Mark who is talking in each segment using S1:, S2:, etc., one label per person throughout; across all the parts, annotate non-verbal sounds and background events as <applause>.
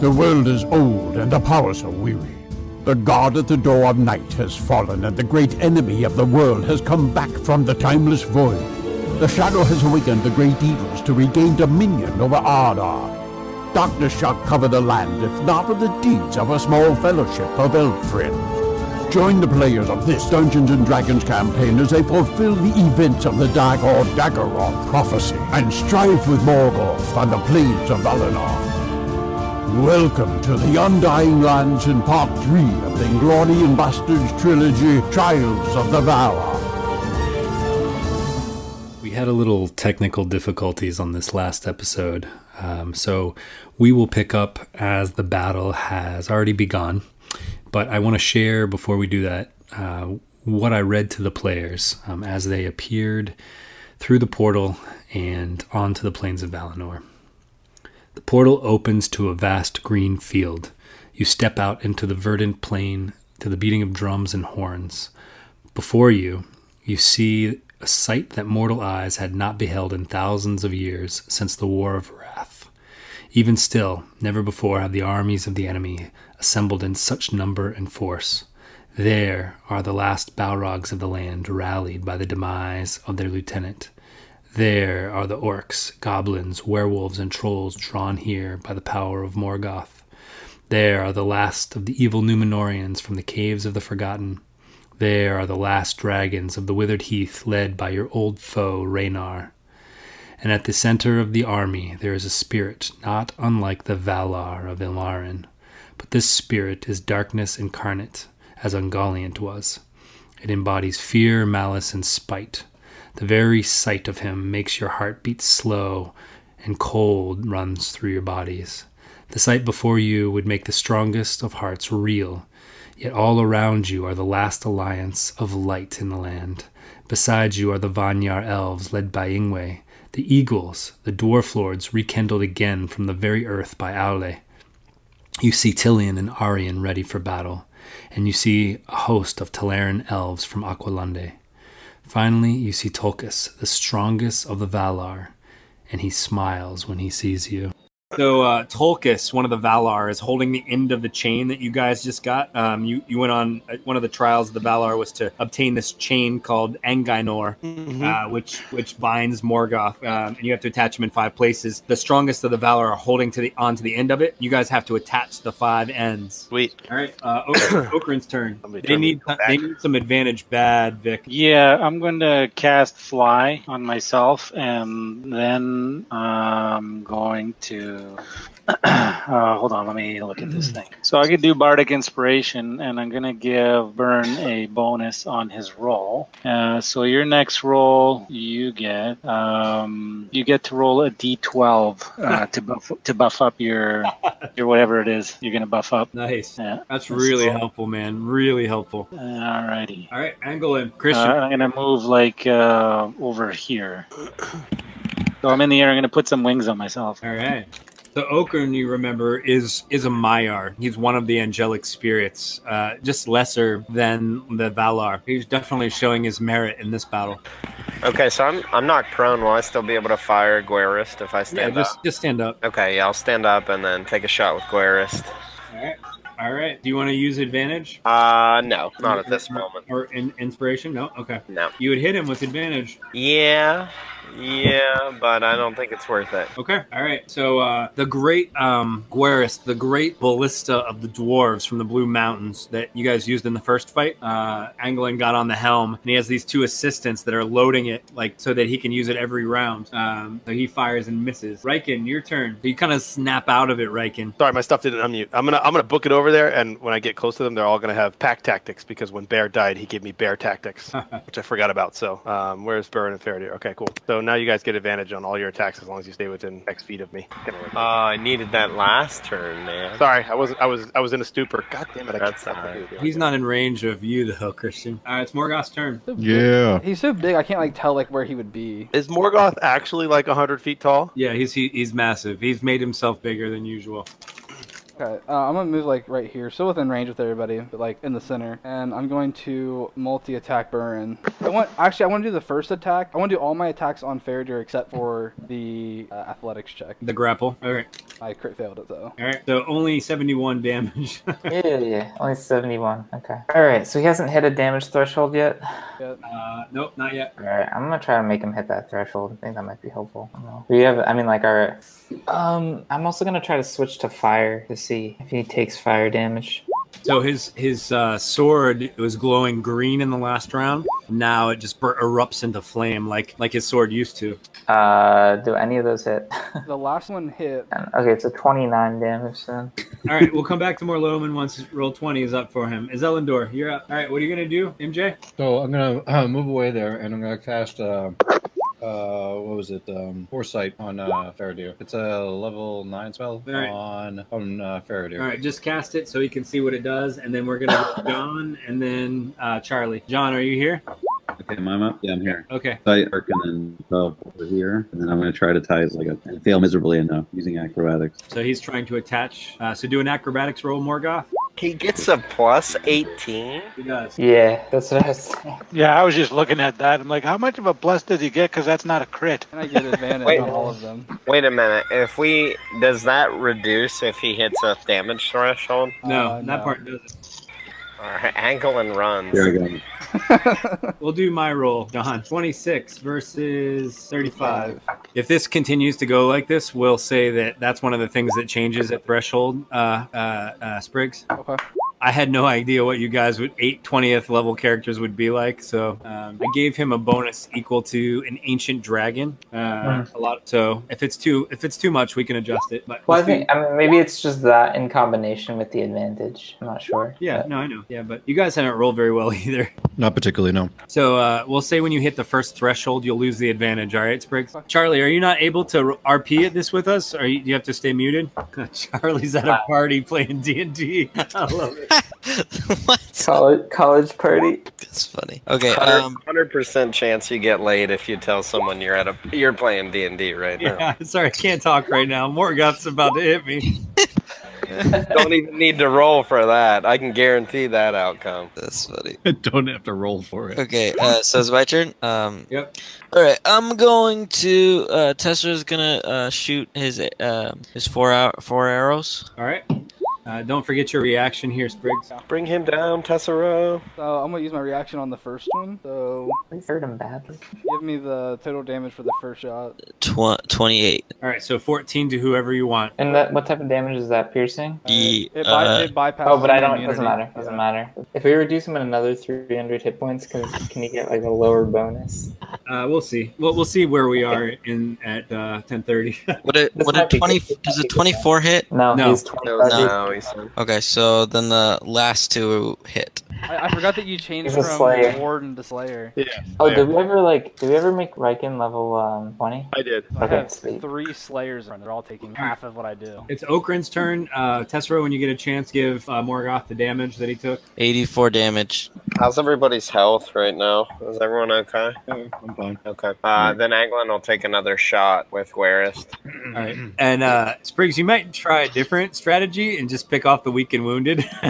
S1: The world is old, and the powers are weary. The god at the door of night has fallen, and the great enemy of the world has come back from the timeless void. The shadow has awakened the great evils to regain dominion over Ardar. Darkness shall cover the land, if not of the deeds of a small fellowship of elf friends. Join the players of this Dungeons and Dragons campaign as they fulfill the events of the Dark or Daggeron prophecy and strive with Morgoth on the plains of Valinor. Welcome to the Undying Lands in part three of the Inglorious Bastards trilogy, Trials of the Valar.
S2: We had a little technical difficulties on this last episode, um, so we will pick up as the battle has already begun. But I want to share before we do that uh, what I read to the players um, as they appeared through the portal and onto the plains of Valinor. The portal opens to a vast green field. You step out into the verdant plain to the beating of drums and horns. Before you, you see a sight that mortal eyes had not beheld in thousands of years since the War of Wrath. Even still, never before had the armies of the enemy assembled in such number and force. There are the last Balrogs of the land rallied by the demise of their lieutenant. There are the orcs, goblins, werewolves, and trolls drawn here by the power of Morgoth. There are the last of the evil Numenorians from the caves of the Forgotten. There are the last dragons of the withered heath led by your old foe, Raynar. And at the center of the army there is a spirit not unlike the Valar of Ilmarin. But this spirit is darkness incarnate, as Ungoliant was. It embodies fear, malice, and spite. The very sight of him makes your heart beat slow and cold runs through your bodies. The sight before you would make the strongest of hearts reel. Yet all around you are the last alliance of light in the land. Beside you are the Vanyar elves led by Ingwe, the eagles, the dwarf lords rekindled again from the very earth by Aule. You see Tilion and Arian ready for battle, and you see a host of Talaran elves from Aqualande. Finally, you see Tolkis, the strongest of the Valar, and he smiles when he sees you.
S3: So uh, Tolkis, one of the Valar, is holding the end of the chain that you guys just got. Um, you you went on uh, one of the trials of the Valar was to obtain this chain called Anginor, uh, which which binds Morgoth, um, and you have to attach them in five places. The strongest of the Valar are holding to the onto the end of it. You guys have to attach the five ends.
S4: Sweet.
S3: All right, uh, <coughs> Ok- Okrin's turn.
S4: Somebody
S3: They
S4: turn me
S3: need
S4: back.
S3: they need some advantage, bad Vic.
S5: Yeah, I'm going to cast Fly on myself, and then I'm going to. <clears throat> uh, hold on, let me look at this
S3: Mm-hmm.
S5: thing. So I could do Bardic Inspiration, and I'm going to give Burn a bonus on his roll. Uh, so your next roll, you get um, you get to roll a D12 uh, to buff to buff up
S3: <laughs>
S5: your your whatever it is you're going to buff up.
S3: Nice.
S5: Yeah.
S3: That's
S5: This
S3: really
S5: is all.
S3: helpful, man. Really helpful.
S5: Alrighty.
S3: All right, angle in
S5: Uh,
S3: Christian.
S5: I'm gonna move like uh, over here. So I'm in the air. I'm gonna put some wings on myself.
S3: All right. So Okran, you remember, is is a Maiar. He's one of the angelic spirits, uh, just lesser than the Valar. He's definitely showing his merit in this battle.
S4: Okay, so I'm I'm not prone. Will I still be able to fire Guerist if I stand
S3: yeah, just
S4: up?
S3: just stand up.
S4: Okay, yeah, I'll stand up and then take a shot with Guerist.
S3: All right. All right. Do you want to use advantage?
S4: Uh, no, not at this moment.
S3: Or in, inspiration? No. Okay.
S4: No.
S3: You would hit him with advantage.
S4: Yeah, yeah, but I don't think it's worth it.
S3: Okay. All right. So uh, the great um, Guerist, the great ballista of the dwarves from the Blue Mountains that you guys used in the first fight, uh, Anglin got on the helm, and he has these two assistants that are loading it like so that he can use it every round. Um, so he fires and misses. Riken, your turn. You kind of snap out of it, Riken.
S6: Sorry, my stuff didn't unmute. I'm gonna I'm gonna book it over there, and when I get close to them, they're all gonna have pack tactics because when Bear died, he gave me Bear
S3: <laughs>
S6: tactics, which I forgot about. So, um, where's Burn and Faraday? Okay, cool. So now you guys get advantage on all your attacks as long as you stay within X feet of me.
S4: Uh, I needed that last turn, man.
S6: Sorry, I was I was I was in a stupor. God damn it! I
S4: That's
S6: can't-
S4: alright.
S3: He's not in range of you though, Christian. All right, it's Morgoth's turn.
S7: So big.
S1: Yeah.
S7: He's so big, I can't like tell like where he would be.
S6: Is Morgoth actually like hundred feet tall?
S3: Yeah, he's he, he's massive. He's made himself bigger than usual.
S7: Okay, uh, I'm gonna move like right here, still within range with everybody, but like in the center, and I'm going to multi-attack Burn. I want actually I want to do the first attack. I want to do all my attacks on Faradir except for the uh, athletics check.
S3: The grapple. All right.
S7: I crit failed it though.
S3: All right. So only 71 damage. <laughs>
S8: Yeah, only 71. Okay. Alright, so he hasn't hit a damage threshold yet.
S7: Yeah.
S3: uh, nope, not yet.
S8: Alright, I'm gonna try to make him hit that threshold. I think that might be helpful. I don't know. Do you have, I mean, like, alright. Um, I'm also gonna try to switch to fire to see if he takes fire damage.
S3: So his his uh, sword was glowing green in the last round. Now it just bur- erupts into flame like like his sword used to.
S8: Uh, do any of those hit?
S7: The last one
S8: <laughs>
S7: hit.
S8: okay, it's a 29 damage then.
S3: <laughs> All right, we'll come back to more Loman once roll 20 is up for him. Is Elendor, you're up. All right, what are you going to do, MJ?
S9: So I'm gonna <clears throat> uh, move away there, and I'm gonna cast. Uh, uh, what was it? Um, foresight on uh, Faradir. It's a level nine spell
S3: All right.
S9: on on uh, Faradir.
S3: All right, just cast it so he can see what it does, and then we're
S8: <laughs>
S3: going to John and then uh, Charlie. John, are you here?
S10: Okay, am I up? Yeah, I'm here.
S3: Okay.
S10: Tight arc and then twelve over here, and then I'm going to try to tie his leg up and fail miserably enough using acrobatics.
S3: So he's trying to attach. Uh, so do an acrobatics roll, Morgoth.
S4: He gets a plus 18.
S3: He does.
S8: Yeah, that's what I was saying.
S5: Yeah, I was just looking at that. I'm like, how much of a plus did you get? Because that's not a crit.
S7: And I get advantage
S4: Wait.
S7: on all of them.
S4: Wait a minute. If we does that reduce if he hits a damage threshold?
S3: No,
S7: Uh,
S3: that
S7: no.
S3: part doesn't.
S4: All right, angle and runs.
S10: There we go.
S3: We'll do my roll, John. 26 versus 35. If this continues to go like this, we'll say that that's one of the things that changes at threshold, uh, uh, uh, Spriggs.
S7: Okay.
S3: I had no idea what you guys would eight twentieth level characters would be like, so um, I gave him a bonus equal to an ancient dragon. Uh, a lot. So if it's too if it's too much, we can adjust it.
S8: <laughs>
S3: But
S8: Well, I
S3: let's do-
S8: think, I mean, maybe it's just that in combination with the advantage. I'm not sure.
S3: yeah,
S8: but-
S3: no, I know. Yeah, but you guys haven't rolled very well <laughs> either.
S9: Not particularly, no.
S3: So uh, we'll say when you hit the first threshold, you'll lose the advantage. All right, Spriggs. Charlie, are you not able to r- RP at this with us? Or you, do you have to stay muted? <laughs> Charlie's at a party playing D and D. <laughs> I love it.
S11: what?
S8: <laughs> College, college party.
S11: That's <laughs> funny. Okay. Um,
S4: Hundred percent chance you get laid if you tell someone you're at a you're playing D and D right now.
S3: Yeah, <laughs> sorry, I can't talk right now. Morgoth's about to hit me. <laughs>
S4: Don't even need to roll for that. I can guarantee that outcome.
S11: that's funny.
S9: <laughs> Don't have to roll for it.
S11: Okay, uh, so it's my turn. Um,
S3: Yep.
S11: All right, I'm going to. Uh, Tesla's gonna uh, shoot his uh, his four hour, four arrows.
S3: All right. Uh, don't forget your reaction here, Spriggs.
S4: Bring him down, Tessero.
S7: So I'm gonna use my reaction on the first one. So
S8: We hurt him badly.
S7: give me the total damage for the first shot.
S11: Tw- Twenty eight.
S3: All right, so fourteen to whoever you want.
S8: And that, what type of damage is that? Piercing?
S11: Ye-
S7: It, by,
S11: uh,
S7: it bypasses.
S8: Oh, but I
S7: my
S8: don't. It doesn't
S7: immunity.
S8: matter. Doesn't matter. If we reduce him in another 300 hit points, can can he get like a lower bonus?
S3: Uh, we'll see. Well, we'll see where we are in at uh, ten thirty. <laughs>
S11: would it
S8: This
S11: would a
S8: might be
S11: twenty
S8: good.
S11: does a twenty four hit?
S8: No,
S3: No.
S8: he's 20.
S4: No,
S8: budget.
S4: no, he said.
S11: Okay, so then the last two hit.
S7: I, I forgot that you changed
S8: He's a
S7: from
S8: slayer.
S7: warden to slayer.
S8: Oh,
S6: Yeah.
S8: did we ever like? Did we ever make Riken level um 20?
S6: I did.
S7: I
S8: Okay,
S7: have
S8: sweet.
S7: three slayers, and they're all taking
S3: Hmm.
S7: half of what I do.
S3: It's Okran's turn. Uh, Tessero, when you get a chance, give uh, Morgoth the damage that he took.
S11: Eighty four damage.
S4: How's everybody's health right now? Is everyone okay?
S9: I'm fine.
S4: Okay. Uh, then Anglin will take another shot with Guerist.
S3: All right. And uh, Spriggs, you might try a different strategy and just pick off the weak and wounded. <laughs>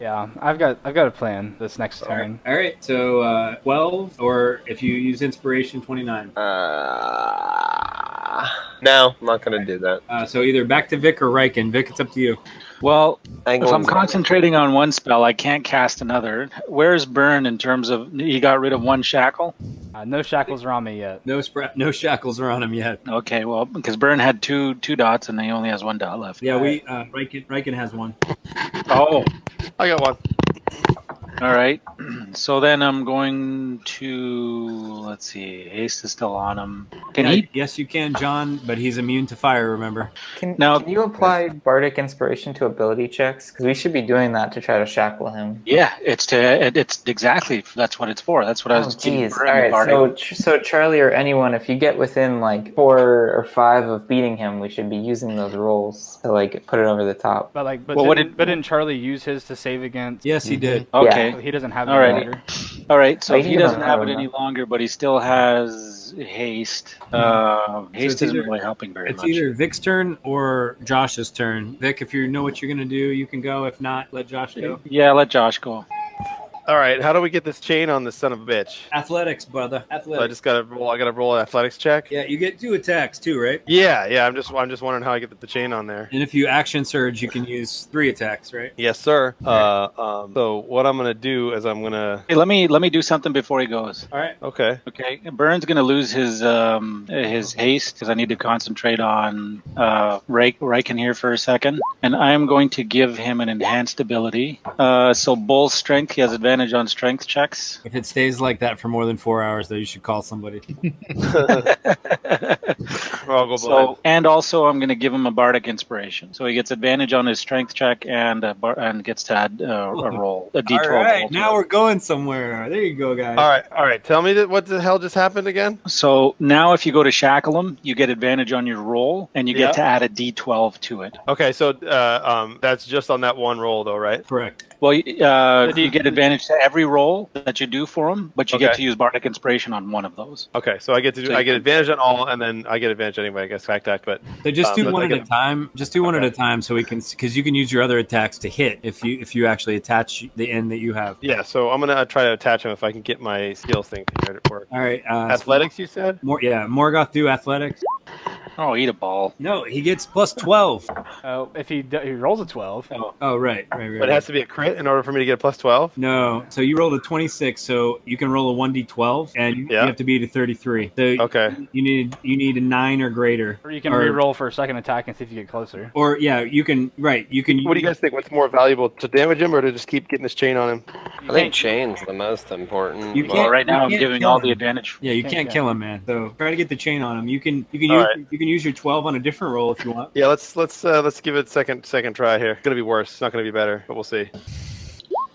S7: Yeah, I've got I've got a plan this next
S3: All
S7: turn.
S3: right. All right. So uh, 12, or if you use inspiration, 29.
S4: Uh, no, I'm not gonna do that.
S3: Uh, so either back to Vic or Riken. Vic, it's up to you.
S5: Well, if
S4: Anglin's
S5: I'm concentrating on one spell, I can't cast another. Where's Burn in terms of he got rid of one shackle?
S7: Uh, no shackles are on me yet.
S3: No spra- no shackles are on him yet.
S5: Okay, well, because Burn had two two dots and he only has one dot left.
S3: Yeah, we uh, Riken, Riken has one.
S5: Oh,
S6: I got one.
S5: all right. <clears throat> So then I'm going to let's see. Haste is still on him. Can
S3: Yeah,
S5: he?
S3: Yes, you can, John, but he's immune to fire, remember.
S8: Can,
S5: Now-
S8: can you apply bardic inspiration to ability checks? Because we should be doing that to try to shackle him.
S5: Yeah, it's to it, it's exactly that's what it's for. That's what I
S8: Oh,
S5: was. getting
S8: jeez.
S5: Burn
S8: All right.
S5: Bardic.
S8: So, Ch- so Charlie or anyone, if you get within like four or five of beating him, we should be using those rolls to like put it over the top.
S7: But like, but
S5: Well, what
S7: didn't,
S5: did-
S7: but didn't Charlie use his to save against?
S3: Yes, he did.
S8: Mm-hmm.
S5: okay.
S7: He doesn't have.
S5: All right,
S7: longer.
S5: All right,
S3: Oh,
S5: so
S7: I
S5: if he
S7: think
S5: doesn't
S7: about
S5: have
S7: that
S5: it
S7: one.
S5: any longer, but he still has haste. Uh, haste isn't really helping very
S3: Hmm. it's
S5: much.
S3: either Vic's turn or Josh's turn. Vic, if you know what you're going to do, you can go. If not, let Josh go.
S5: Yeah, let Josh go.
S6: All right, how do we get this chain on this son of a bitch?
S3: Athletics, brother.
S6: So I
S3: Athletics.
S6: just gotta roll. I gotta roll an athletics check.
S3: Yeah, you get two attacks too, right?
S6: Yeah, yeah. I'm just I'm just wondering how I get the chain on there.
S3: And if you action surge, you can use three attacks, right?
S6: Yes, sir. Uh, um, so what I'm gonna do is I'm gonna.
S5: Hey, let me let me do something before he goes.
S3: All right.
S6: Okay.
S5: Okay, Burns gonna lose his um his haste because I need to concentrate on uh Reik- Reichen here for a second, and I am going to give him an enhanced ability. Uh, so bull strength, he has advantage on strength checks.
S3: If it stays like that for more than four hours, though, you should call somebody.
S6: Or I'll go blind.
S5: So and also I'm gonna give him a bardic inspiration, so he gets advantage on his strength check and a bar- and gets to add uh,
S3: <laughs>
S5: a roll a d12.
S3: All right,
S5: roll to
S3: now we're going somewhere. There you go, guys.
S6: all right, all right. Tell me that what the hell just happened again?
S5: So now, if you go to shackle him, you get advantage on your roll, and you
S6: Yeah.
S5: get to add a d12 to it.
S6: Okay, so uh, um, that's just on that one roll though, right?
S3: Correct.
S5: Well, y- uh, you get advantage to every roll that you do for him, but you
S6: Okay.
S5: get to use bardic inspiration on one of those.
S6: Okay, so I get to do,
S5: So you
S6: I get
S5: can-
S6: advantage on all, and then I get advantage anyway. I guess act act, but
S3: So
S6: <laughs>
S3: just
S6: um,
S3: do
S6: but
S3: one
S6: I
S3: at
S6: get-
S3: a time. Just do one at a time, so we can, because you can use your other attacks to hit if you if you actually attach the end that you have.
S6: Yeah, so I'm gonna uh, try to attach him if I can get my skills thing to work.
S3: All right. Uh,
S6: Athletics, you said?
S3: More, yeah, Morgoth do athletics.
S5: Oh, eat a ball.
S3: No, he gets plus twelve.
S7: Oh, if he, d- he rolls a 12.
S3: Oh, right, right, right.
S6: But it has to be a crit in order for me to get a plus twelve.
S3: No, so you rolled a 26, so you can roll a 1d12, and you-
S6: Yeah.
S3: you have to beat a 33. So
S6: Okay.
S3: you need you need a nine or greater.
S7: Or you can
S3: or,
S7: re-roll for a second attack and see if you get closer.
S3: Or yeah, you can right. You can.
S6: What do you guys think? What's more valuable, to damage him or to just keep getting this chain on him?
S4: I think chain's the most important.
S3: You
S4: but-
S3: can't-
S5: Well, right now
S3: you
S5: I'm
S3: can't
S5: giving
S3: kill
S5: all
S3: him.
S5: the advantage.
S3: Yeah, you can't, kill him, man. So try to get the chain on him. You can you can
S6: All
S3: use
S6: right.
S3: you can use your 12 on a different roll if you want.
S6: Yeah, let's let's uh, let's give it second second try here. It's gonna be worse. It's not gonna be better, but we'll see.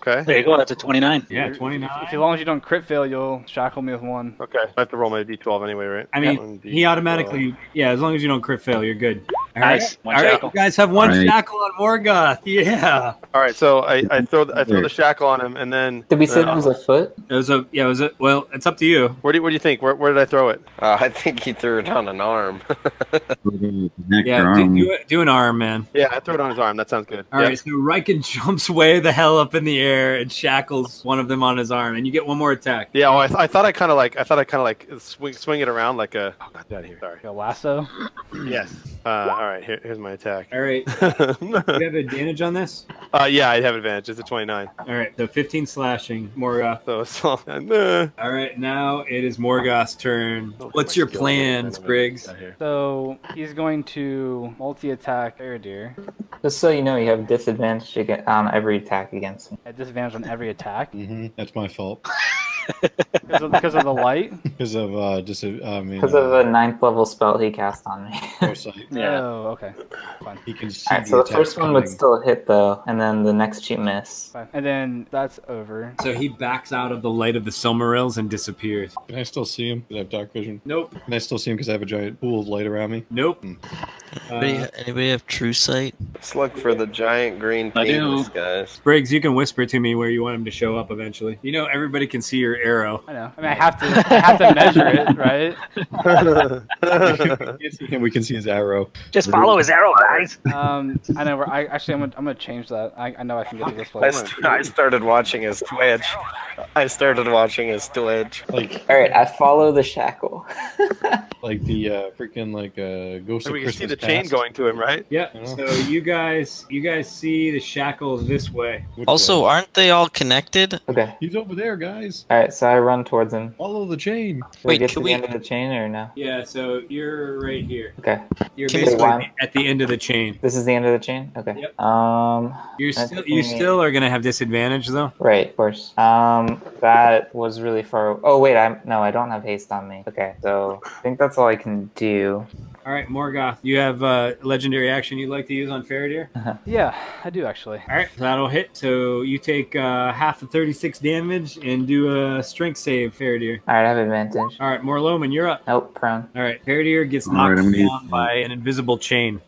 S6: Okay.
S5: There you go. That's a 29.
S3: Yeah,
S7: If
S3: 29.
S7: as long as you don't crit fail, you'll shackle me with one.
S6: Okay. I have to roll my d12 anyway, right?
S3: I
S6: That
S3: mean,
S6: one,
S3: he
S6: D12.
S3: automatically. Yeah, as long as you don't crit fail, you're good. All right,
S5: Nice. One
S3: all right,
S5: shackle.
S3: you guys have one
S10: All right.
S3: shackle on Morgoth. Yeah,
S6: All right, so I, I throw the, I throw the shackle on him, and then
S8: Did we say it
S6: uh,
S8: was a foot?
S3: it was a yeah, it was a well. It's up to you.
S6: Where do you, where do you think? Where, where did I throw it?
S4: Uh, I think he threw it on an arm. <laughs>
S10: Neck
S3: Yeah,
S10: or
S3: do,
S10: arm.
S3: do, it- do an arm, man.
S6: Yeah, I threw it on his arm. That sounds good.
S3: All right, so Riken <laughs> jumps way the hell up in the air and shackles one of them on his arm, and you get one more attack.
S6: Yeah, well, I, th- I thought I kind of like I thought I kind of like swing swing it around like a. Oh, God, get out of here! Sorry.
S7: Like a lasso.
S6: <clears throat> Yes. Uh, all right. Here, here's my attack. <laughs>
S3: All right,
S6: uh,
S3: you have advantage on this.
S6: yeah, I have advantage. It's a 29.
S3: All right, so 15 slashing, Morgoth.
S6: So it's all. Uh,
S3: All right, now it is Morgoth's turn. What's your plan, Spriggs?
S7: So he's going to multi-attack Faradir
S8: Just so you know, you have disadvantage aga- on every attack
S9: <laughs>
S8: against me.
S7: at disadvantage on every attack
S9: hmm That's my fault
S7: <laughs> because of, because of the light.
S9: because of uh, just um, you
S8: Because
S9: know,
S8: of the ninth level spell he cast on me.
S9: foresight.
S5: Yeah.
S7: Oh, okay. Fine.
S9: uh, He
S8: <laughs>
S9: can see
S8: Alright, so the
S9: attack
S8: first one would
S9: coming.
S8: still hit though, and then the next two miss.
S7: Fine. And then that's over.
S3: So he backs out of the light of the Silmarils and disappears.
S9: Can I still see him? Did I have dark vision?
S3: Nope,
S9: Can I still see him because I have a giant pool of light around me? Hmm.
S3: nope.
S11: Anybody,
S3: Uh,
S11: anybody have true sight?
S4: Let's look for the giant green
S5: I do.
S4: penis, guys.
S3: Spriggs, you can whisper to me where you want him to show up eventually. You know, everybody can see your arrow.
S7: I know. I mean, I have to. I have to measure it,
S3: <laughs>
S7: right?
S9: We can see him. We can see his arrow.
S5: Just follow his arrow, guys.
S7: Um, I know. We're, I actually, I'm gonna, I'm gonna change that. I, I know I can get to this
S4: I,
S7: place.
S4: st- I started watching his Twitch. I started watching his Twitch.
S9: Like
S8: Alright, I follow the shackle.
S9: <laughs> like the uh, freaking like uh, ghost
S6: So
S9: of
S6: we can
S9: Christmas
S6: see the chain
S9: past.
S6: going to him, right?
S3: Yeah. So you guys, you guys see the shackles this way.
S9: Which
S11: Also,
S9: way?
S11: aren't they all connected?
S8: Okay.
S9: he's over there, guys.
S8: Alright, so I run towards him.
S9: Follow the chain.
S8: Should
S11: Wait,
S8: we get
S11: can
S8: to the
S11: we-
S8: end of the chain or no?
S3: Yeah, so you're right here.
S8: Okay.
S3: You're
S11: Can we-
S3: basically
S8: Wow.
S3: at the end of the chain.
S8: This is the end of the chain? Okay.
S3: Yep.
S8: Um
S3: You're
S8: That's
S3: still you
S8: the-
S3: still are gonna have disadvantage though.
S8: Right, of course. Um, that was really far. Oh wait, I'm no, I don't have haste on me. Okay, so I think that's all I can do.
S3: All right, Morgoth, you have uh, legendary action you'd like to use on
S10: Faradir?
S8: Uh-huh.
S7: Yeah, I do actually.
S3: All right, that'll hit. So you take uh, half of 36 damage and do a strength save, Faradir.
S8: All right, I have advantage.
S3: All right, Morloman, you're up.
S8: Nope, prone.
S3: All right, Faradir gets
S10: All right,
S3: knocked
S10: I'm gonna use-
S3: down by an invisible chain.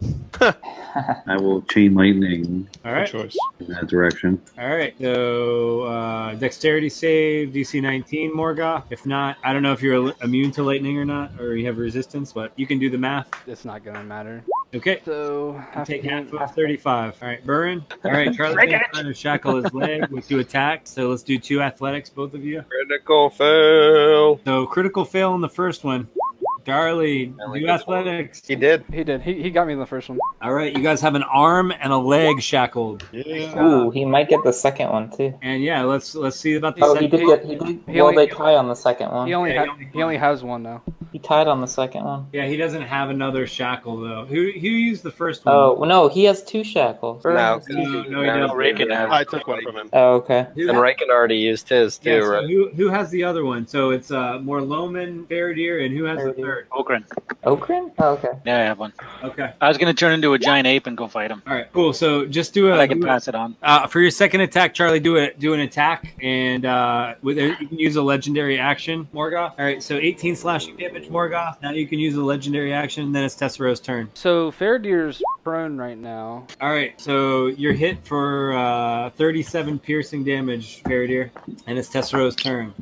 S10: I will chain lightning
S3: All right.
S6: choice.
S10: in that direction.
S3: All right. So uh, dexterity save, DC 19, Morgoth. If not, I don't know if you're al- immune to lightning or not, or you have resistance, but you can do the math.
S7: It's not gonna matter.
S3: Okay.
S7: So half
S3: Take
S7: point-
S3: half of 35. All right, Burren. All right, Charlie's going to try to shackle his leg with two attacks. So let's do two athletics, both of you.
S4: Critical fail.
S3: So critical fail on the first one. Darley, do athletics.
S4: He did.
S7: He did. He, he got me in the first one.
S3: All right, you guys have an arm and a leg shackled.
S8: Ooh, he might get the second one too.
S3: And yeah, let's let's see about the
S8: Oh, he
S3: second.
S8: did get. He did.
S7: He
S8: well,
S7: only-
S8: they tie on the second one.
S7: He only ha- he only has one now.
S8: He tied on the second one.
S3: Yeah, he doesn't have another shackle though. Who who used the first one?
S8: Oh well, no, he has two shackles.
S4: No,
S3: no, no, he
S4: no,
S3: doesn't.
S4: Raken had-
S6: I took one from him.
S8: Oh, okay.
S3: Who
S4: And
S3: ha-
S4: Raken already used his too,
S3: yeah, so
S4: right?
S3: who who has the other one? So it's uh Morloman, Faradir, and who has the
S8: Faradir.
S3: third?
S5: Ogren.
S8: Okran? Oh, okay.
S5: Yeah, I have one.
S3: Okay.
S5: I was gonna turn into a giant ape and go fight him.
S3: All right, cool. So just do a,
S5: But I can
S3: do a-
S5: pass it on.
S3: uh, for your second attack, Charlie, do it. Do an attack, and uh, with you can use a legendary action, Morgoth. All right, so 18 slashing damage, Morgoth. Now you can use a legendary action. Then it's Tessero's turn.
S7: So Faradir's prone right now.
S3: All right, so you're hit for uh, 37 piercing damage, Faradir, and it's Tessero's turn.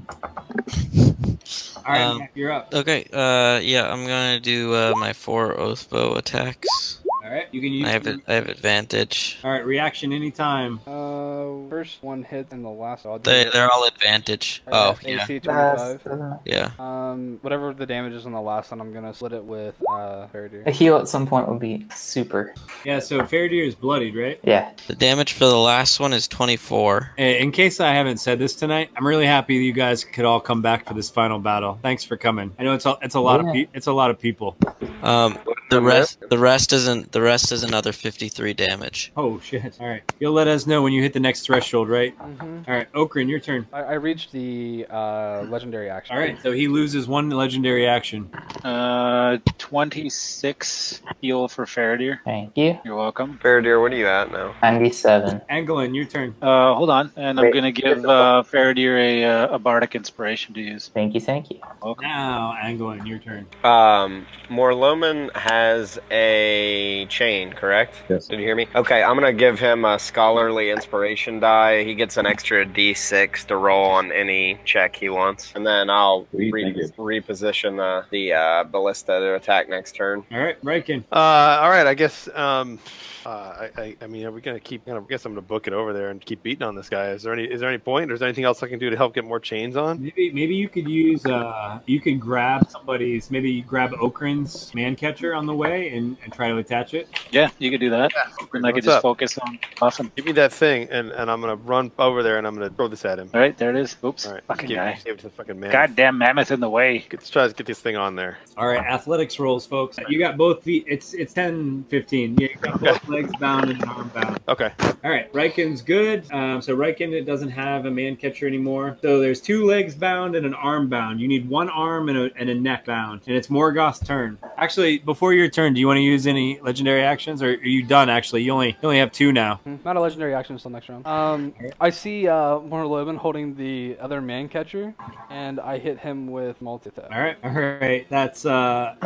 S3: All right,
S11: Um,
S3: Mac, you're up.
S11: Okay, uh, yeah, I'm gonna do uh, my four oath bow attacks.
S3: All right, you can use.
S11: I have a, I have advantage.
S3: All right, reaction anytime.
S7: Uh, first one hits and the last. I'll do
S11: They
S7: it.
S11: they're all advantage. Oh
S7: Alright,
S11: yeah,
S7: AC
S8: That's,
S7: 25.
S8: doesn't
S11: yeah.
S7: Um, whatever the damage is on the last one, I'm gonna split it with uh
S8: A
S7: Faradir.
S8: heal at some point would be super.
S3: Yeah, so Faradir is bloodied, right?
S8: Yeah.
S11: The damage for the last one is 24.
S3: Hey, In case I haven't said Uh, this tonight, I'm really happy that you guys could all come back for this final battle. Thanks for coming. I know it's a, it's a lot of
S8: Yeah.
S3: pe- it's a lot of people.
S11: Um, the rest the rest isn't the rest is another 53
S3: <laughs>
S11: damage.
S3: Oh shit! All right, you'll let us know when you hit the next threshold, right?
S7: hmm
S3: All right, Okrin, your turn.
S7: I, I reached the uh legendary action.
S3: All right, so he loses one legendary action.
S5: Uh, twenty-six heal for Faradir.
S8: Thank you.
S5: You're welcome.
S4: Faradir, what are you at now?
S8: 97.
S3: Angelin, your turn.
S5: Uh, hold on, and I'm
S8: Wait.
S5: gonna give uh, Faradir a, uh, a bardic inspiration to use.
S8: Thank you, thank you.
S5: Welcome.
S3: Now, Angelin, your turn.
S4: Um, Morloman has a chain, correct?
S10: Yes.
S4: Did you hear me? Okay, I'm gonna give him a scholarly inspiration die. He gets an extra D6 to roll on any check he wants, and then I'll
S10: Sweet, thank you.
S4: reposition the the uh, ballista to attack next turn.
S3: All right, Riken.
S6: Uh, all right, I guess. Um, uh, I, I, I mean, are we gonna keep? I guess I'm gonna book it over there and keep beating on this guy. Is there any? Is there any point? Or is there anything else I can do to help get more chains on?
S3: Maybe maybe you could use uh you could grab somebody's maybe you grab Okrin's man catcher on the way and, and try to attach it.
S5: Yeah, you could do that. and I could
S6: what's
S5: just
S6: up?
S5: focus on awesome.
S6: Give me that thing, and, and I'm gonna run over there and I'm gonna throw this at him.
S5: All right, there it is. Oops,
S6: All right,
S5: fucking
S6: give,
S5: guy.
S6: give it to the fucking man.
S5: Goddamn mammoth in the way.
S6: Let's try to get this thing on there.
S3: All right, athletics rolls, folks. You got both feet. It's it's 10, 15. You got both legs bound and an arm bound.
S6: Okay.
S3: All right, Riken's good. Um, so Riken it doesn't have a man catcher anymore. So there's two legs bound and an arm bound. You need one arm and a, and a neck bound, and it's Morgoth's turn. Actually, before your turn, do you want to use any legendary actions, or are you done? Actually, you only you only have two now.
S7: Mhm. Not a legendary action until next round. Um, I see uh Morloman holding the other man catcher, and I hit him with multi attack.
S3: All right, all right. That's uh,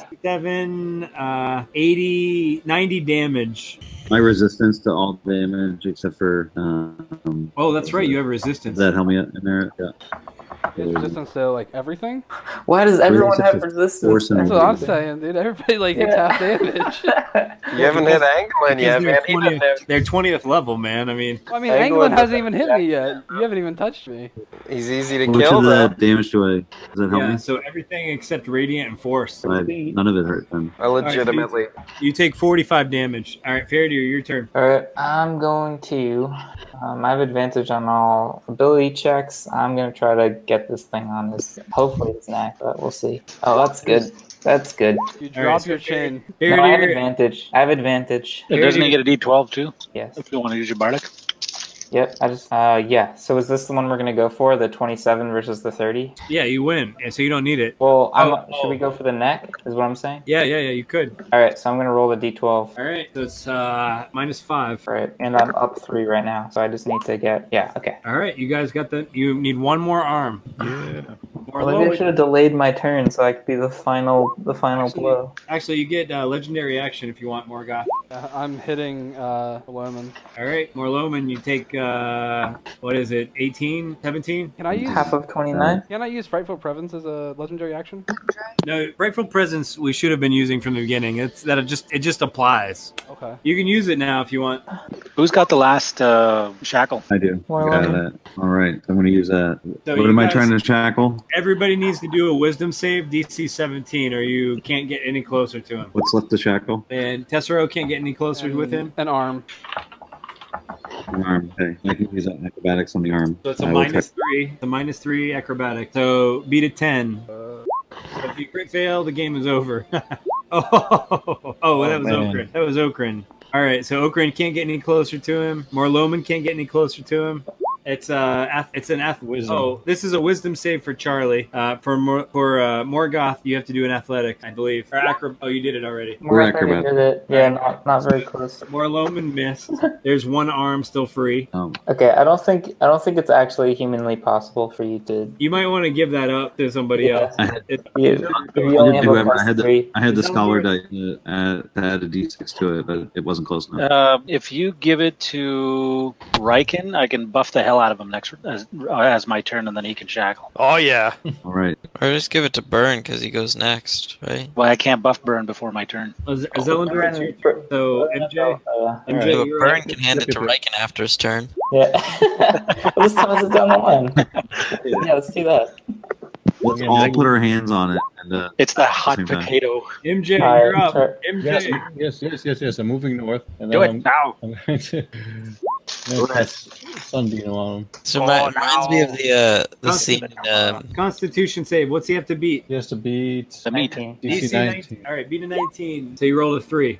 S3: 67, uh, 80, 90 damage.
S10: My resistance to all damage except for. Um,
S3: Oh, that's right. You have
S10: does
S3: resistance.
S10: that help me out in there? Yeah.
S7: His resistance to like everything.
S8: Why does everyone
S10: Resistance
S8: have
S10: is
S8: resistance?
S10: force and
S7: That's what I'm
S10: Yeah.
S7: saying, dude. Everybody like hits
S8: Yeah. <laughs>
S7: half damage.
S4: You haven't hit Anglin yet, man.
S3: Because
S4: He
S3: they're,
S4: doesn't have-
S3: 20th, they're 20th level, man. I mean,
S7: I mean,
S8: Anglin
S7: Anglin
S8: does
S7: hasn't
S8: that
S7: even hit me yet. You haven't even touched me.
S4: He's easy to
S10: How much
S4: kill,
S10: of
S4: though.
S10: that damage do I? Does uh, that help
S3: yeah,
S10: me?
S3: so everything except Radiant and Force.
S10: So I- none of it hurt then.
S4: I legitimately.
S3: You take 45 damage. All right, Faradir, your turn.
S8: All right, I'm going to. Um, I have advantage on all ability checks. I'm going to try to get this thing on his. Hopefully, his neck, but we'll see. Oh, that's good. That's good.
S7: You
S3: All
S7: drop
S3: right, so
S7: your chain.
S8: No, I have
S3: Faradir,
S8: advantage. I have advantage.
S5: Doesn't he get a D12 too?
S8: Yes.
S5: If you want to use your bardic.
S8: Yep. I just. Uh, yeah. So is this the one we're gonna go for? The twenty-seven versus the thirty?
S3: Yeah, you win, and so you don't need it.
S8: Well, I'm,
S3: Oh,
S8: should we go for the neck? Is what I'm saying.
S3: Yeah, yeah, yeah. You could.
S8: All right. So I'm gonna roll the d12.
S3: All right, so it's uh, minus five.
S8: All right, and I'm up three right now, so I just need to get. Yeah. Okay.
S3: All right, you guys got the. You need one more arm.
S9: Yeah.
S3: Or
S8: Well, maybe I should have delayed my turn so I could be the final, the final
S3: Actually-
S8: blow.
S3: Actually, you get uh, legendary action if you want more goth.
S7: Uh, I'm hitting uh, Loman.
S3: All right, Morloman, you take uh, what is it? 18, 17?
S7: Can I use
S8: Half of twenty-nine.
S7: Can I use Frightful Presence as a legendary action?
S3: No, rightful presence we should have been using from the beginning. It's that it just it just applies.
S7: Okay.
S3: You can use it now if you want.
S5: Who's got the last uh, shackle?
S10: I do.
S8: Well,
S10: Got that. All right. I'm going to use that.
S3: So
S10: what
S3: you
S10: am I
S3: guys-
S10: trying to shackle?
S3: Everybody needs to do a wisdom save DC 17 or you can't get any closer to him.
S10: What's left to shackle?
S3: And Tessero can't get any closer with him.
S7: An arm.
S10: An arm. Okay. I can use acrobatics on the arm.
S3: So it's
S10: I
S3: a
S10: will
S3: minus three. It's a minus three acrobatic. So beat a ten. So if you crit fail, the game is over. <laughs> oh, oh, that was
S10: man.
S3: Okrin. That was Okrin. All right, so Okrin can't get any closer to him. Morloman can't get any closer to him. It's uh, ath- it's an ath.
S9: Wisdom.
S3: Oh, this is a wisdom save for Charlie. Uh, for Mor- for uh, Morgoth, you have to do an athletics, I believe. Or acro- oh, you did it already.
S8: More
S10: We're
S8: athletic
S10: acrobat.
S8: with it. Yeah, not, not very close. <laughs>
S3: Morloman missed. There's one arm still free.
S10: Um,
S8: Okay, I don't think I don't think it's actually humanly possible for you to.
S3: You might want to give that up to somebody
S8: Yeah.
S3: else.
S10: <laughs> I-
S3: It-
S8: You, you
S10: I,
S8: only
S10: did
S8: have
S10: do
S8: a
S10: have, I
S8: plus
S10: had the,
S8: three.
S10: I had the
S3: Is that
S10: scholar die
S3: weird?
S10: to uh, to add a d6 to it, but it wasn't close
S8: Hmm.
S10: enough.
S5: Uh, if you give it to Riken, I can buff the hell out of him next as, uh, as my turn, and then he can shackle.
S6: Oh yeah.
S10: All right.
S11: Or just give it to Burn because he goes next, right?
S5: Well, I can't buff burn before my turn.
S3: Is, is Ellender, it's your turn. So MJ,
S8: Uh,
S10: Alright.
S3: MJ,
S11: So
S3: you're
S11: Burn
S3: right.
S11: can hand it to Riken after his turn.
S8: yeah. this time it's down to
S3: <laughs>
S8: one. Yeah, let's do that.
S10: Let's all put our hands on it. And, uh,
S5: It's the hot
S10: Same time.
S5: potato.
S3: MJ,
S8: All right,
S3: you're up.
S8: sure.
S9: Yes,
S3: MJ,
S9: yes, yes, yes, yes. I'm moving north. And
S5: Do
S9: then
S5: it now.
S9: <laughs> I'm, I'm going to make this sunbeam on him.
S11: So
S5: Oh,
S11: that reminds me of the uh, the scene.
S3: Constitution.
S11: in, Um,
S3: Constitution save. What's he have to beat?
S9: He has to beat
S5: The meat.
S9: DC 19.
S3: All right, beat a 19. So you roll a three.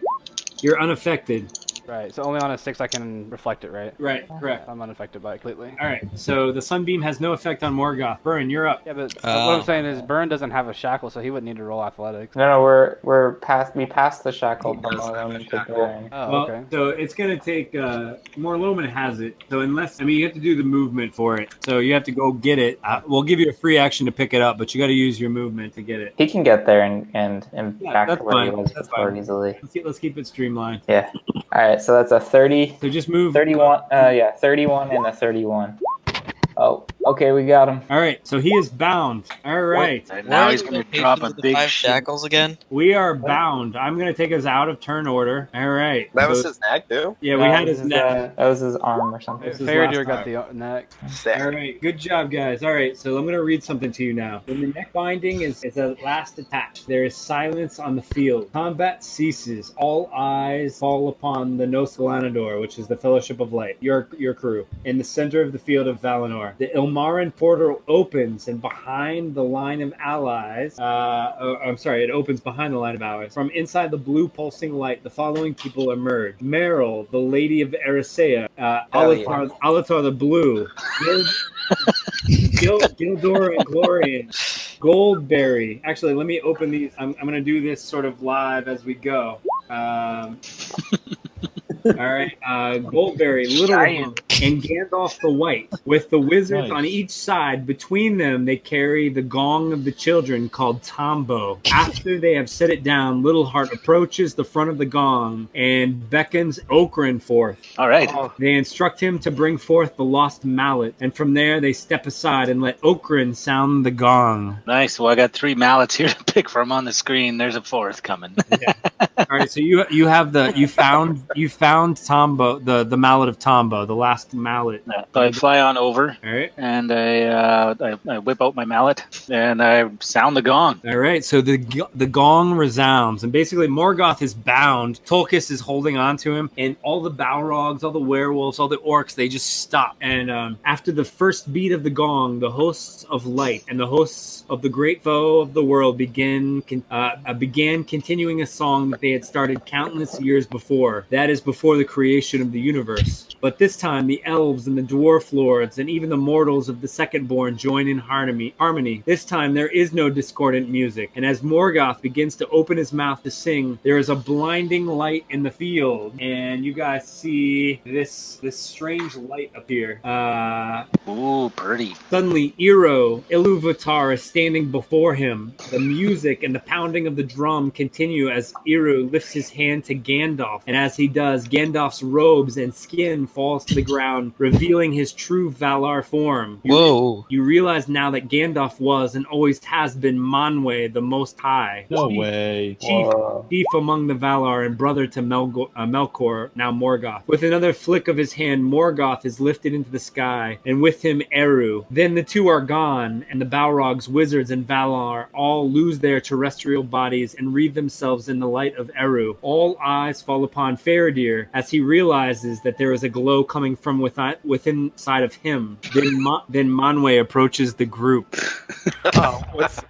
S3: You're unaffected.
S7: Right. So only on a six I can reflect it, right?
S3: Right, correct.
S7: I'm unaffected by it completely.
S3: All right, so the sunbeam has no effect on Morgoth. Burn, you're up.
S7: Yeah, but
S11: Oh.
S7: what I'm saying is Burn doesn't have a shackle, so he wouldn't need to roll athletics.
S8: No, no, we're we're past we passed the shackle.
S10: He does have a
S8: Um,
S10: shackle.
S8: preparing.
S7: Oh,
S3: well,
S7: okay.
S3: so it's gonna take. uh Morloman has it. So unless I mean, you have to do the movement for it. So you have to go get it. Uh, we'll give you a free action to pick it up, but you got to use your movement to get it.
S8: He can get there and and, and
S3: Yeah,
S8: back
S3: that's
S8: to where he
S3: fine.
S8: was
S3: That's
S8: before
S3: fine.
S8: easily.
S3: Let's, get, let's keep it streamlined.
S8: Yeah. All right, so that's a 30,
S3: So just move.
S8: 31. Uh, yeah, 31 and a 31. Oh, okay, we got him.
S3: All right, so he is bound. All right,
S5: And now he's going to drop a
S11: Locations of the
S5: big
S11: five
S5: shackle.
S11: shackles again.
S3: we are bound. I'm gonna take us out of turn order. All right.
S4: That was
S3: So-
S4: his neck, too.
S3: yeah. We
S8: Uh,
S3: had
S8: this
S3: his
S8: is,
S3: neck.
S8: uh, that was his arm or something.
S3: this is
S7: Faradir
S3: last
S7: got the uh, neck.
S4: Sick.
S3: All right, good job, guys. All right, so I'm going to read something to you now. When the neck binding is, is at last attached, there is silence on the field. Combat ceases. All eyes fall upon the Nosalanador, which is the Fellowship of Light, your your crew, in the center of the field of Valinor. The Ilmarin portal opens, and behind the line of allies, uh, or- I'm sorry, it opens behind the line of allies. From inside the blue pulsing light, the following people emerge: Meryl, the Lady of Erisea, uh,
S4: Hell yeah.
S3: Alatar, Alatar the Blue. Gil- Gil- Gildor and Glorian, Goldberry. Actually, let me open these. I'm, I'm going to do this sort of live as we go. Um, all right. Uh, Goldberry, Little Hump, and Gandalf the White. With the wizards
S9: Nice.
S3: on each side, between them, they carry the gong of the children called Tombo. After they have set it down, Little Heart approaches the front of the gong and beckons Okran forth.
S5: All right.
S3: They instruct him to bring forth the lost mallet, and from there they step aside and let Okrin sound
S5: <laughs>
S3: the gong.
S5: Nice. Well, I got three mallets here to <laughs> pick from on the screen. There's a fourth coming.
S3: All right, so you you have the you found you found Tombo the the mallet of Tombo, the last mallet.
S5: so I fly on over
S3: All right.
S5: and I, uh, I I whip out my mallet and I sound the gong.
S3: All right, so the g- the gong resounds, and basically Morgoth is bound. Tolkis is holding on to him, and all the Balrogs, all the werewolves, all the orcs, they just stop. And um, after the first beat of the gong, the hosts of light and the hosts of the great foe of the world begin con- uh, uh, began continuing a song that they had started countless years before. That is before the creation of the universe. But this time, the elves and the dwarf lords and even the mortals of the second born join in harmony. harmony. This time, there is no discordant music. And as Morgoth begins to open his mouth to sing, there is a blinding light in the field. And you guys see this this strange light appear. Uh,
S5: Ooh, pretty.
S3: Suddenly, Iro Iluvatar is standing before him. The music and the pounding of the drum continue as Iru lifts his hand to Gandalf. And as he does, Gandalf's robes and skin falls to the ground, revealing his true Valar form. You-
S11: Whoa.
S3: You realize now that Gandalf was and always has been Manwe, the Most High.
S9: No
S3: Chief-
S9: way.
S3: Chief chief among the Valar and brother to Melgo- uh, Melkor, now Morgoth. With another flick of his hand, Morgoth is lifted into the sky, and with him Eru. Then the two are gone, and the Balrogs, wizards, and Valar all lose their terrestrial bodies and wreathe themselves in the light of Eru. All eyes fall upon Faradir as he realizes that there is a glow coming from within, within side of him. Then, Ma- then Manwe approaches the group.
S6: oh, what's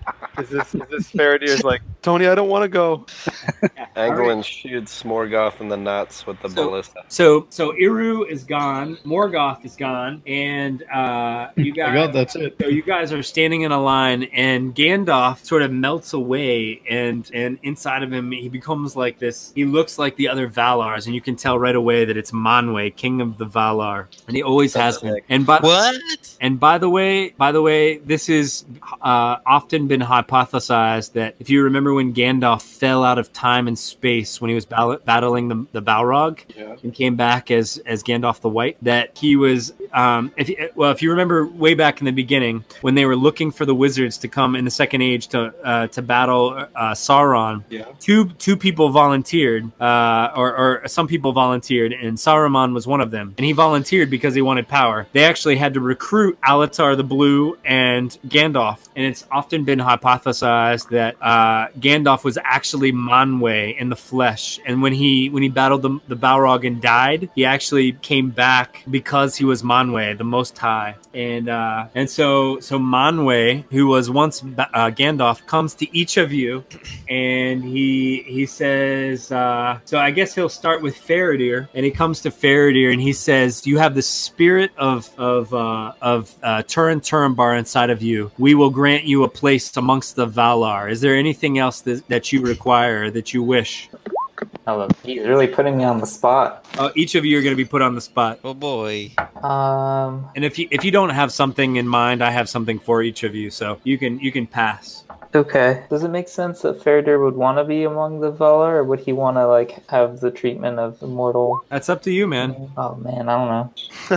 S6: is this? Is this Faradir's like Tony? I don't want to go.
S4: <laughs> Anglin shoots Morgoth in the nuts with the ballista.
S3: So, so Iru is gone, Morgoth is gone, and uh, you guys.
S9: God, that's it.
S3: So you guys are standing in a line, and Gandalf sort of melts away, and and inside of him he becomes like this. He looks like the other Valars, and you can tell right away that it's Manwe, King of the Valar, and he always has been. And by
S11: What?
S3: and by the way, by the way, this is uh, often been hypothesized that if you remember when Gandalf fell out of time and space when he was bal- battling the, the Balrog and came back as as Gandalf the White, that he was um, if you- well if you remember way back in the beginning when they were looking for the wizards to come in the Second Age to uh, to battle uh, Sauron,
S9: Yeah.
S3: two two people volunteered, uh, or, or some people volunteered, and Saruman was one of them. And he volunteered because he wanted power. They actually had to recruit Alatar the Blue and Gandalf, and it's often been hypothesized that uh, Gandalf was actually Manwe in the flesh. And when he when he battled the, the Balrog and died, he actually came back because he was Manwe, the Most High. And uh, and so so Manwe, who was once Ba- uh, Gandalf, comes to each of you and he he says uh, so i guess he'll start with faradir and he comes to faradir and he says you have the spirit of of uh, of uh, turin turinbar inside of you we will grant you a place amongst the valar is there anything else that, that you require that you wish
S8: Hello. He's really putting me on the spot.
S3: uh, each of you are going to be put on the spot
S11: Oh boy.
S8: Um,
S3: and if you if you don't have something in mind i have something for each of you so you can you can pass
S8: okay. Does it make sense that Faradir would want to be among the Valar, or would he want to like have the treatment of the mortal?
S3: that's up to you man
S8: Oh man, I don't know.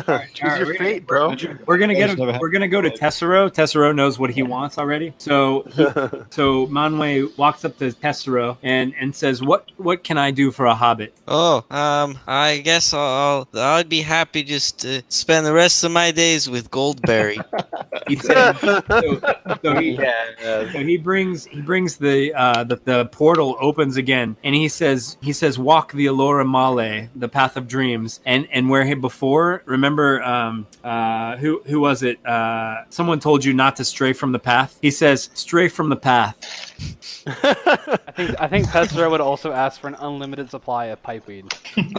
S3: <laughs> All
S6: Choose
S3: right,
S6: your
S3: we're gonna-
S6: fate, bro.
S3: We're gonna
S9: Yeah,
S3: get
S9: he's
S3: him.
S9: never had-
S3: We're gonna go to Tessero. Tessero knows what he wants already. So <laughs> he, so Manwe walks up to Tessero and and says, "What what can I do for a hobbit?"
S11: Oh, um, I guess I'll, I'll I'd be happy just to spend the rest of my days with Goldberry.
S3: He said, so, so
S8: <laughs>
S3: he,
S6: <laughs>
S4: Yeah.
S3: so he brings he brings the uh the, the portal opens again and he says he says walk the Alora Male the path of dreams and and where he before remember um uh who who was it uh someone told you not to stray from the path he says stray from the path
S6: I
S7: I think I think Pezra would also ask for an unlimited supply of pipeweed.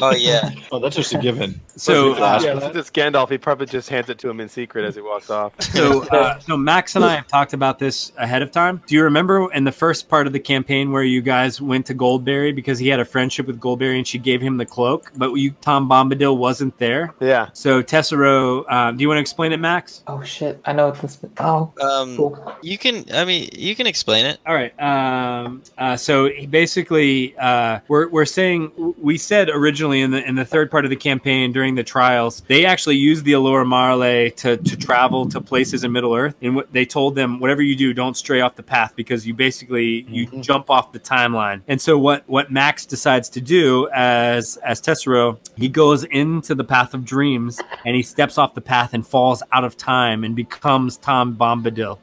S11: oh yeah.
S9: Oh, that's just a given.
S3: so uh,
S9: Yeah.
S6: Since it's Gandalf, he probably just hands it to him in secret as he walks off. <laughs>
S3: So, uh, so Max and I have talked about this ahead of time. Do you remember in the first part of the campaign where you guys went to Goldberry because he had a friendship with Goldberry and she gave him the cloak, but you Tom Bombadil wasn't there?
S6: Yeah.
S3: So Tessero, uh, do you want to explain it, Max?
S8: Oh shit, I know what this. Oh,
S11: Um,
S8: cool.
S11: you can. I mean, you can explain it.
S3: All right. Um, uh, so he basically, uh, we're, we're saying we said originally in the in the third part of the campaign during the trials, they actually used the Allura Marle to, to travel to places in Middle Earth, and what they told them, whatever you do, don't stray off the path because you basically you jump off the timeline. And so what what Max decides to do as as Tessero, he goes into the path of dreams and he steps off the path and falls out of time and becomes Tom Bombadil.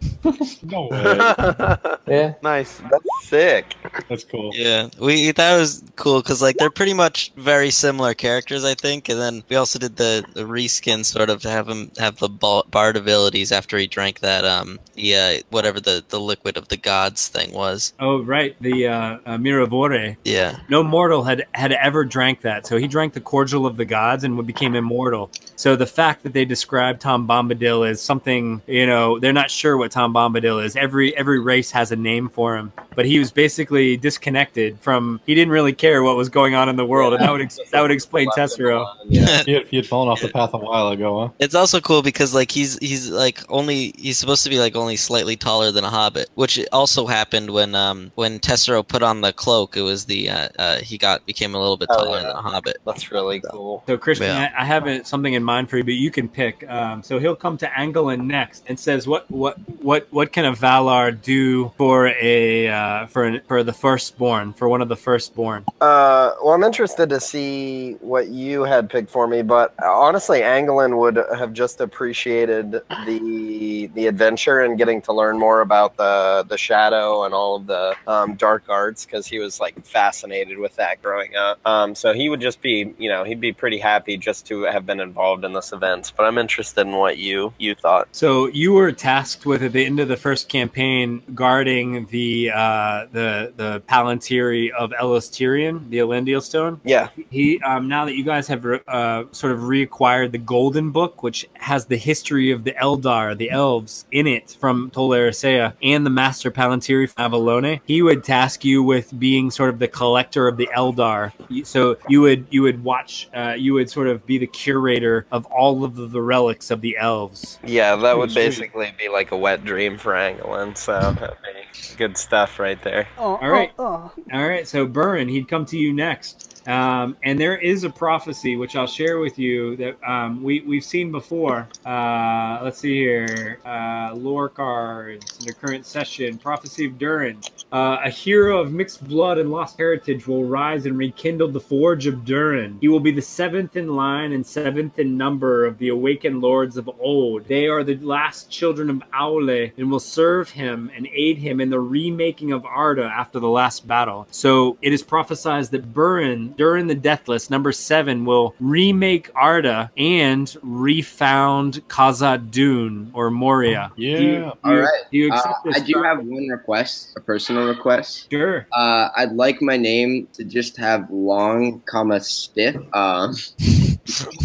S9: No way.
S8: Yeah.
S6: nice.
S4: That's Sick.
S9: That's cool.
S11: Yeah, we we thought it was cool because like they're pretty much very similar characters, I think. And then we also did the, the reskin sort of to have him have the bal- bard abilities after he drank that um the uh, whatever the the liquid of the gods thing was.
S3: Oh, right. The uh, uh, Miravore.
S11: Yeah,
S3: No mortal had, had ever drank that. So he drank the cordial of the gods and became immortal. So the fact that they describe Tom Bombadil as something, you know, they're not sure what Tom Bombadil is. Every every race has a name for him, but he was basically disconnected from. He didn't really care what was going on in the world, and that would ex- that would explain Tessero.
S9: <laughs> Yeah, you had, you had fallen off the path a while ago,
S11: it's also cool because like he's he's like only he's supposed to be like only slightly taller than a hobbit, which also happened when um when Tessero put on the cloak. It was the uh, uh he got became a little bit
S4: Oh,
S11: taller
S4: yeah.
S11: than a hobbit.
S4: That's really cool.
S3: So Christian,
S11: Yeah.
S3: I, I have it- something in mind for you, but you can pick. Um, so he'll come to Angolan next and says, "What, what, what, what can a Valar do for a uh, for an, for the firstborn, for one of the firstborn?"
S4: Uh, well, I'm interested to see what you had picked for me, but honestly, Anglin would have just appreciated the the adventure and getting to learn more about the the shadow and all of the um, dark arts because he was like fascinated with that growing up. Um, so he would just be, you know, he'd be pretty happy just to have been involved in this event. But I'm interested in what you you thought.
S3: So you were tasked with at the end of the first campaign guarding the uh, the the Palantiri of Elos Tyrion, the Elendil Stone.
S4: Yeah.
S3: He um, now that you guys have re- uh, sort of reacquired the Golden Book, which has the history of the Eldar, the elves, in it from Tol Eressëa, and the Master Palantiri from Avalone. He would task you with being sort of the collector of the Eldar. You- So you would you would watch, uh, you would sort of be the curator of all of the, the relics of the elves.
S4: Yeah, that would
S3: Sweet.
S4: basically be like a wet dream for Anglin. So that'd be good stuff right there.
S3: All right.
S7: Oh.
S3: All right, so Burn, he'd come to you next. Um, and there is a prophecy which I'll share with you that um, we we've seen before. Uh, let's see here, uh, lore cards, the current session, prophecy of Durin. Uh, a hero of mixed blood and lost heritage will rise and rekindle the forge of Durin. He will be the seventh in line and seventh in number of the awakened lords of old. They are the last children of Aule and will serve him and aid him in the remaking of Arda after the last battle. So it is prophesied that Burin, during the Deathless, number seven, will remake Arda and refound Khazad Dun or Moria.
S9: Yeah.
S3: Do you- do you-
S12: All right.
S3: Do you accept
S12: Uh,
S3: this?
S12: I do have one request, a personal request.
S3: Sure.
S12: Uh, I'd like my name to just have long, comma stiff. Um,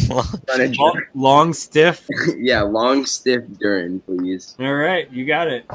S3: long, long stiff.
S12: <laughs> yeah, long stiff Durin, please.
S3: All right, you got it. <laughs>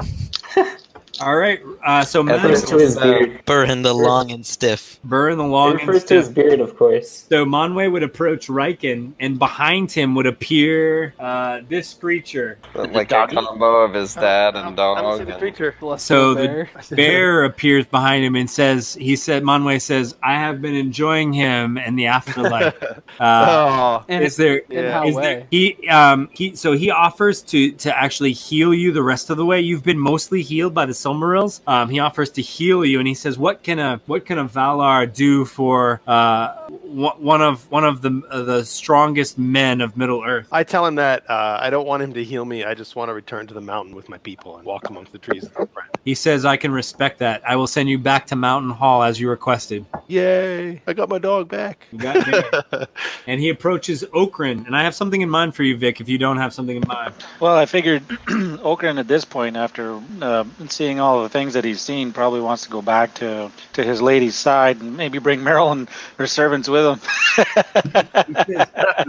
S3: All right, uh, so
S12: Everest
S3: Master-
S12: was
S3: uh,
S12: there.
S11: Burn the long and stiff.
S3: Burn the long.
S11: It refers to his
S3: beard,
S8: of course.
S3: So Manwe would approach Riken, and behind him would appear uh, this creature.
S4: Like a combo of his dad and dog. and-
S3: So the
S6: <laughs>
S4: <laughs>
S3: <laughs> bear appears behind him and says, "He said, Manwe says, I have been enjoying him in the afterlife."
S6: <laughs> Oh.
S3: Uh,
S6: And
S3: is there?
S6: in how
S3: is
S6: way?
S3: there- he um he so he offers to to actually heal you the rest of the way. You've been mostly healed by the Silmarils. Um, he offers to heal you, and he says, "What can a what can a Valar do for uh one one of one of the uh, the strongest men of Middle Earth?"
S6: I tell him that uh, I don't want him to heal me. I just want to return to the mountain with my people and walk amongst the trees. with my friend.
S3: He says, "I can respect that. I will send you back to Mountain Hall as you requested."
S6: Yay! I got my dog back.
S3: You got there. and he approaches Okrin, and I have something in mind for you, Vic. If you don't have something in mind,
S5: Well, I figured <clears throat> Okran at this point, after uh, seeing all the things that he's seen, probably wants to go back to, to his lady's side and maybe bring <laughs> Meryl and her servants with him.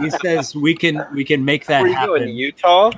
S3: he says we can we can make that
S4: Were you
S3: happen.
S4: in Utah?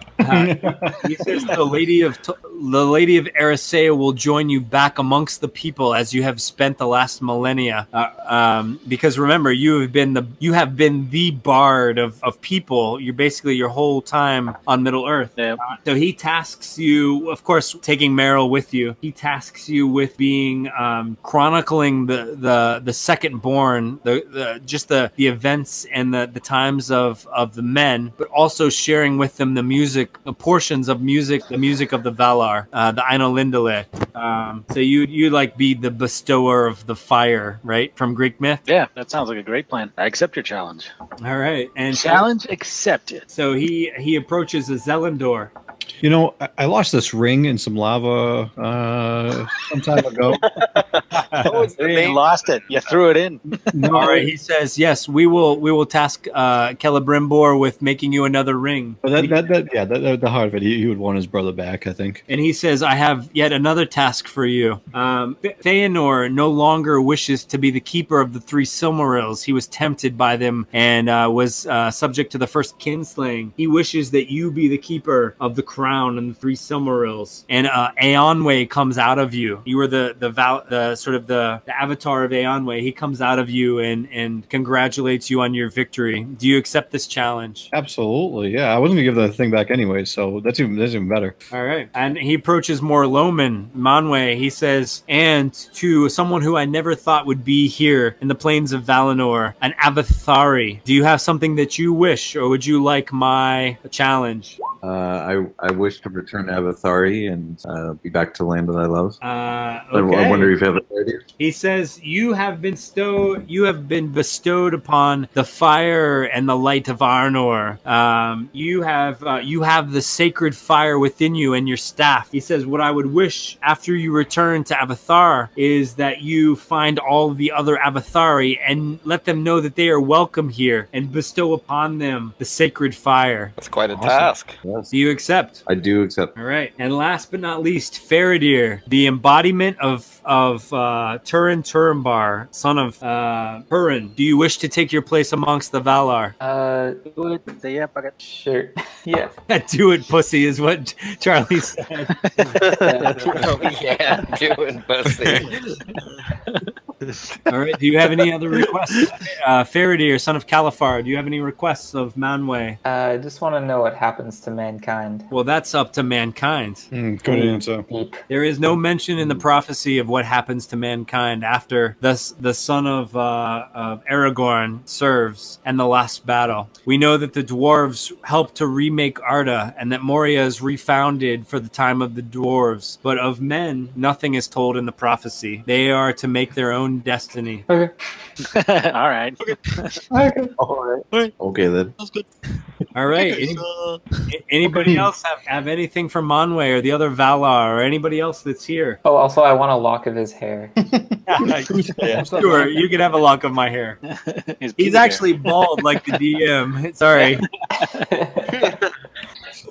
S3: he says the lady of T- the lady of Erisea will join you back amongst the people as you have spent the last millennia. Uh, um, because remember, you have been the you have been the bard of, of people. You're basically your whole time on Middle Earth. Uh, so he tasks you, of course, taking Meryl with you. He tasks you with being um, chronicling the the the second born, the, the just the the events and the the times of of the men, but also sharing with them the music, the portions of music, the music of the Valar, uh, the Aino Lindale. Um, so you you like be the bestower of the fire, right, from Greek myth.
S5: yeah, that sounds like a great plan. I accept your challenge.
S3: All right, and
S5: Challenge accepted.
S3: So he he approaches a Zelendor.
S9: You know, I, I lost this ring in some lava uh, some time <laughs> ago.
S5: you lost it. You threw it in.
S3: <laughs> All right, he says yes. We will we will task uh, Celebrimbor with making you another ring.
S9: But Oh, that, that, that, yeah, that, that, the heart of it, he, he would want his brother back, I think.
S3: And he says, I have yet another task for you. Um, Fe- Feanor no longer wishes to be the keeper of the three Silmarils. He was tempted by them and uh, was uh, subject to the first kinslaying. He wishes that you be the keeper of the crown and the three Silmarils. And uh, Aeonwe comes out of you. You were the the, val- the sort of the, the avatar of Aeonwe. He comes out of you and, and congratulates you on your victory. Do you accept this challenge?
S9: Absolutely, yeah. I wasn't gonna give the thing back anyway, so that's even that's even better.
S3: All right. And he approaches more Loman, Manwe. He says, And to someone who I never thought would be here in the plains of Valinor, an Avathari. Do you have something that you wish, or would you like my challenge?
S10: Uh, I I wish to return to Avathari and uh, be back to the land that I love.
S3: Uh,
S10: I, w- I
S3: okay.
S10: wonder if you have a idea.
S3: He says, "You have been bestowed. You have been bestowed upon the fire and the light of Arnor. Um, you have uh, you have the sacred fire within you and your staff." He says, "What I would wish after you return to Avathar is that you find all the other Avathari and let them know that they are welcome here, and bestow upon them the sacred fire."
S4: That's quite a
S10: Awesome.
S4: task.
S10: Yes,
S3: Do you accept?
S10: I do accept.
S3: All right, and last but not least, Faradir, the embodiment of of uh, Turin Turinbar, son of uh, Purin. Do you wish to take your place amongst the Valar? <laughs>
S8: Uh,
S5: Do it. Say, yeah, fuck it.
S8: sure. <laughs> yeah.
S3: Do it, pussy, is what Charlie said.
S4: oh, yeah, doing pussy.
S3: All right, do you have any other requests? Uh, Faradir, son of Califar, do you have any requests of Manwe?
S8: Uh, I just want to know what happens to mankind.
S3: Well, that's up to mankind.
S9: Mm, good answer.
S8: Deep.
S3: There is no mention in the prophecy of what happens to mankind after the, the son of, uh, of Aragorn serves and the last battle. We know that the dwarves helped to remake Arda and that Moria is refounded for the time of the dwarves. But of men, nothing is told in the prophecy. They are to make their own destiny.
S8: Okay.
S5: <laughs> All right.
S8: <laughs> All right.
S10: Okay then.
S11: Sounds good.
S3: All right.
S11: Okay,
S3: Any-
S11: so-
S3: anybody else have, have anything for Manwe or the other Valar or anybody else that's here?
S8: Oh, also, I want a lock of his hair.
S11: <laughs>
S3: <laughs> Sure, you can have a lock of
S11: <laughs>
S3: my hair.
S5: His pubic
S3: He's
S5: hair.
S3: actually bald like the DM.
S11: <laughs>
S3: <laughs> Sorry.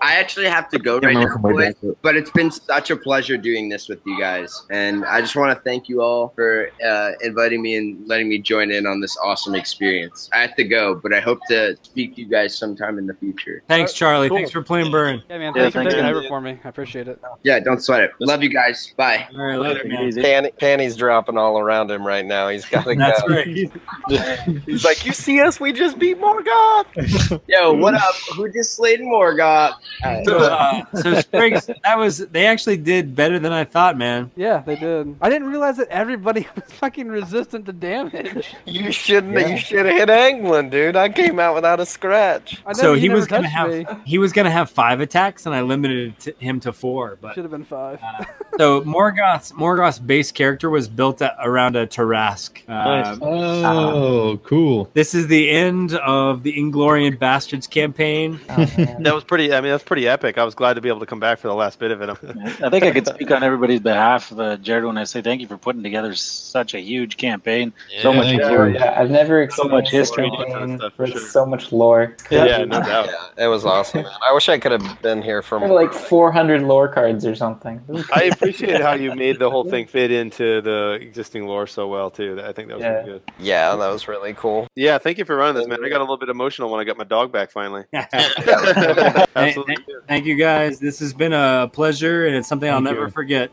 S12: I actually have to go right
S10: Get my-
S12: now,
S10: my
S12: boys,
S10: back up.
S12: but it's been such a pleasure doing this with you guys, and I just want to thank you all for uh, inviting me and letting me join in on this awesome experience. I have to go, but I hope to speak to you guys sometime in the future.
S3: Thanks, Charlie.
S7: Cool.
S3: Thanks for playing Burn.
S7: Yeah, man.
S5: Yeah,
S7: Thanks for
S5: thank
S7: taking
S5: you.
S7: over for me. I appreciate it.
S12: Yeah, don't sweat it. Love you guys. Bye.
S3: All right, later, man.
S4: Panty, panties dropping all around him right now. He's got to
S3: <laughs> That's
S4: go.
S3: right.
S4: <laughs> He's like, you see us? We just beat Morgoth.
S12: Yo, what up? Who just slayed Morgoth?
S3: So, uh, so Spriggs, that was they actually did better than I thought, man.
S7: Yeah, they did. I didn't realize that everybody <laughs> was fucking resistant to damage.
S4: <laughs> You shouldn't. You should have hit Anglin, dude. I came out without a scratch.
S7: I know
S3: So he was
S7: never
S3: gonna
S7: touched me.
S3: have he was gonna have five attacks, and I limited it to, him to four. But uh,
S7: Should have been five.
S3: so Morgoth's Morgoth's base character was built a around a Tarask. Uh,
S9: Oh, cool.
S3: This is the end of the Inglorian Bastards campaign.
S8: Oh, man.
S6: <laughs> That was pretty. I mean, that's pretty epic. I was glad to be able to come back for the last bit of it. <laughs>
S5: I think I could speak on everybody's behalf, uh, Jared, when I say thank you for putting together such a huge campaign. So much
S9: Thank
S5: glory.
S9: you.
S8: Yeah, I've never
S5: So much
S8: experienced
S5: history.
S8: anything
S6: Stuff,
S8: with
S6: sure.
S8: so much lore.
S6: yeah, no doubt.
S4: Yeah, it was awesome. Man. I wish I could have been here for
S8: I have <laughs> like 400 lore cards or something. This is
S6: I appreciate how you made the whole thing fit into the existing lore so well too. I think that was
S8: Yeah.
S6: really good.
S4: Yeah, that was really cool.
S6: Yeah, thank you for running this, man. I got a little bit emotional when I got my dog back
S3: <laughs>
S6: finally. <laughs> Absolutely.
S3: Thank you guys. This has been a pleasure, and it's something I'll
S6: Thank
S3: never
S6: you.
S3: forget.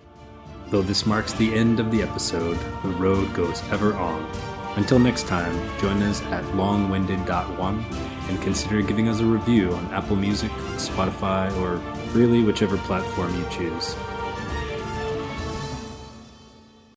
S2: Though this marks the end of the episode, the road goes ever on. Until next time, join us at longwinded.one and consider giving us a review on Apple Music, Spotify, or really whichever platform you choose.